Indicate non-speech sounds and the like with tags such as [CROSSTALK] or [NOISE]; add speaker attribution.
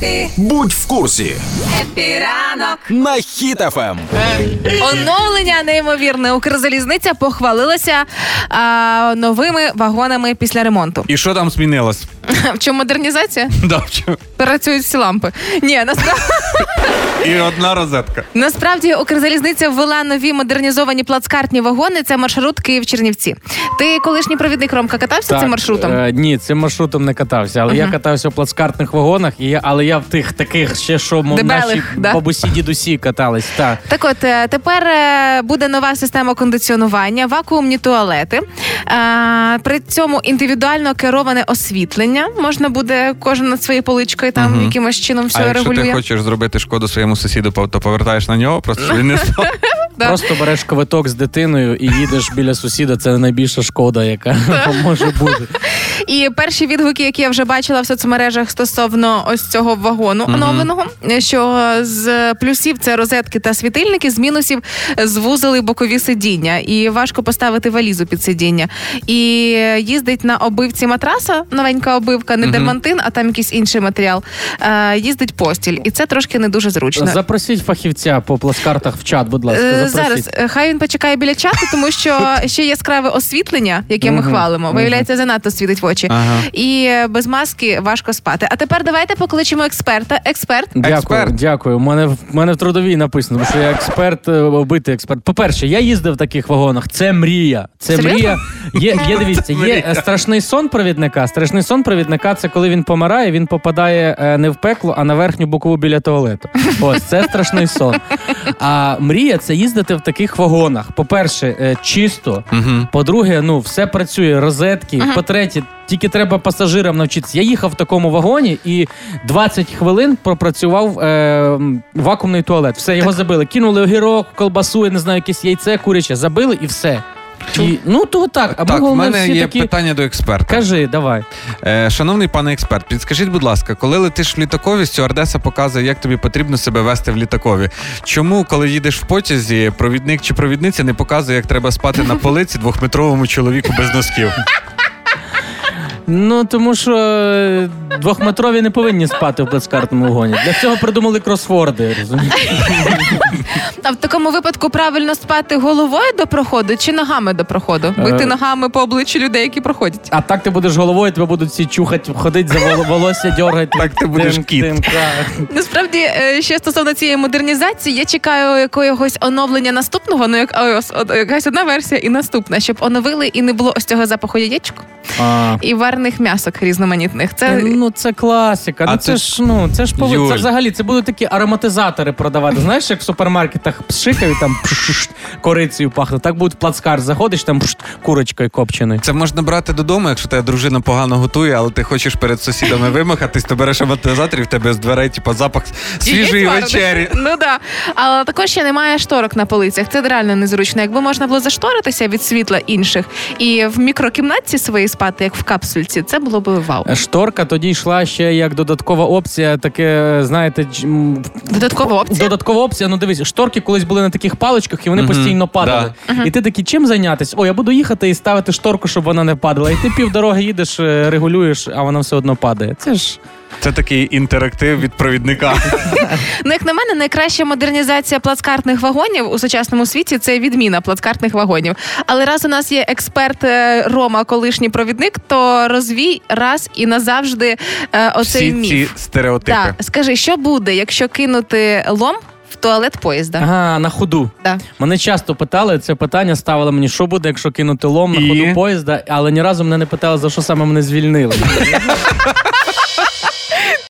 Speaker 1: Епі,
Speaker 2: Будь в курсі
Speaker 1: епі ранок.
Speaker 2: на Ем. Хіт-ФМ.
Speaker 3: Оновлення неймовірне. Укрзалізниця похвалилася а, новими вагонами після ремонту.
Speaker 4: І що там змінилось? [LAUGHS]
Speaker 3: В чому модернізація?
Speaker 4: Да, в чому?
Speaker 3: Працюють всі лампи. Ні, насправді.
Speaker 4: І одна розетка.
Speaker 3: [LAUGHS] Насправді Укрзалізниця ввела нові модернізовані плацкартні вагони. Це маршрут Київ-Чернівці. Ти колишній провідник Ромка катався цим маршрутом?
Speaker 5: Е, ні, цим маршрутом не катався, але я катався в плацкартних вагонах, і я, але я в тих таких ще, що м-
Speaker 3: Дебелих,
Speaker 5: наші
Speaker 3: да?
Speaker 5: бабусі дідусі катались. Так.
Speaker 3: Так от е, тепер е, буде нова система кондиціонування, вакуумні туалети. Е, При цьому індивідуально кероване освітлення. Можна буде кожен над своєю поличкою там якимось чином все
Speaker 4: а якщо
Speaker 3: регулює.
Speaker 4: ти хочеш зробити шкоду своєму сусіду, пов- то повертаєш на нього, просто щоб він
Speaker 5: [LAUGHS]
Speaker 4: не спав.
Speaker 3: Да.
Speaker 5: Просто береш квиток з дитиною і їдеш біля сусіда. Це найбільша шкода, яка може бути.
Speaker 3: І перші відгуки, які я вже бачила в соцмережах стосовно ось цього вагону оновленого, що з плюсів це розетки та світильники, з мінусів звузили бокові сидіння, і важко поставити валізу під сидіння. І їздить на обивці матраса, новенька обивка, не дермантин, а там якийсь інший матеріал. Е, Їздить постіль, і це трошки не дуже зручно.
Speaker 5: Запросіть фахівця по плацкартах в чат, будь ласка.
Speaker 3: Е,
Speaker 5: Запросіть.
Speaker 3: Зараз е, хай він почекає біля чату, тому
Speaker 5: [LAUGHS]
Speaker 3: що ще яскраве освітлення, яке ми
Speaker 5: Мгм,
Speaker 3: хвалимо, виявляється, занадто світить в очі.
Speaker 4: Ага.
Speaker 3: І е, без маски важко спати. А тепер давайте покличемо експерта. Експерт,
Speaker 5: Дякую,
Speaker 4: Експерт.
Speaker 5: дякую. У мене, в мене в трудовій написано, тому що я експерт, е, обитий експерт. По-перше, я їздив в таких вагонах. Це мрія. Це
Speaker 3: Серйозно?
Speaker 5: мрія. Є, є дивіться, є е, страшний сон провідника. Страшний сон провідника це коли він помирає, він попадає е, не в пекло, а на верхню бокову біля туалету. Ось це страшний сон. А мрія це їздити в таких вагонах. По-перше, е, чисто. По-друге, ну все працює, розетки. По-третє, тільки треба пасажирам навчитися. Я їхав в такому вагоні і 20 хвилин пропрацював е, м, вакуумний туалет. Все, його забили. Кинули огірок, колбасу, я не знаю, якесь яйце куряче, забили і все. І, ну то так, а ми
Speaker 4: Так, в
Speaker 5: головне
Speaker 4: мене
Speaker 5: всі
Speaker 4: є
Speaker 5: такі.
Speaker 4: питання до експерта.
Speaker 5: Кажи, давай.
Speaker 4: Е, шановний пане експерт, підскажіть, будь ласка, коли летиш в літакові, стюардеса показує, як тобі потрібно себе вести в літакові. Чому, коли їдеш в потязі, провідник чи провідниця не показує, як треба спати на полиці двохметровому чоловіку без носків?
Speaker 5: Ну тому що е, двохметрові не повинні спати в плацкартному вагоні. Для цього придумали кросворди. Розумієш?
Speaker 3: а в такому випадку правильно спати головою до проходу чи ногами до проходу? Бити
Speaker 5: Е.
Speaker 3: ногами по обличчю людей, які проходять.
Speaker 5: А так ти будеш головою, тебе будуть всі чухати, ходити за воло- волосся, дергати.
Speaker 4: Так ти будеш
Speaker 5: Тинк,
Speaker 4: кіт.
Speaker 5: тинк, так.
Speaker 3: Насправді, е, ще стосовно цієї модернізації, я чекаю якогось оновлення наступного, ну як iOS, от, якась одна версія і наступна, щоб оновили і не було ось цього запаху яєчок
Speaker 5: А.
Speaker 3: і варених м'ясок різноманітних.
Speaker 5: Та,
Speaker 3: Це
Speaker 5: Ну це класика.
Speaker 4: А
Speaker 5: ну
Speaker 4: ти
Speaker 5: це ж ну це ж повинно.
Speaker 4: Юль.
Speaker 5: Це взагалі це будуть такі ароматизатори продавати. Знаєш, як в супермаркетах пшикають там пш, корицею пахне. Так будуть в плацкар. Заходиш там пш, курочкою копченою.
Speaker 4: Це можна брати додому, якщо тебе дружина погано готує, але ти хочеш перед сусідами вимахатись, то береш амортизатор і в тебе з дверей, типу, запах свіжої
Speaker 3: Яєць
Speaker 4: вечері.
Speaker 3: варених. Ну да. Але також ще немає шторок на полицях. Це реально незручно. Якби можна було зашторитися від світла інших і в мікрокімнатці своїй спати, як в капсульці, це було б вау.
Speaker 5: Шторка тоді йшла ще як додаткова опція, таке, знаєте, дж- м,
Speaker 3: Додаткова опція.
Speaker 5: додаткова опція. Ну дивись, шторки колись були на таких паличках, і вони постійно падали. І ти такий, чим зайнятися? О, я буду їхати і ставити шторку, щоб вона не падала. І ти півдороги їдеш, е, регулюєш, а вона все одно падає. Це ж
Speaker 4: Це такий інтерактив від провідника.
Speaker 3: Ну, як на мене, найкраща модернізація плацкартних вагонів у сучасному світі це відміна плацкартних вагонів. Але раз у нас є експерт е, Рома, колишній провідник, то розвій раз і назавжди е, оцей
Speaker 4: Всі
Speaker 3: міф.
Speaker 4: ці стереотипи.
Speaker 3: Так, скажи, що буде, якщо кинути лом в туалет поїзда?
Speaker 5: ага, на ходу.
Speaker 3: Да.
Speaker 5: Мене часто питали це питання, ставили мені, що буде, якщо кинути лом на
Speaker 4: І?
Speaker 5: ходу поїзда, але ні разу мене не питали, за що саме мене звільнили.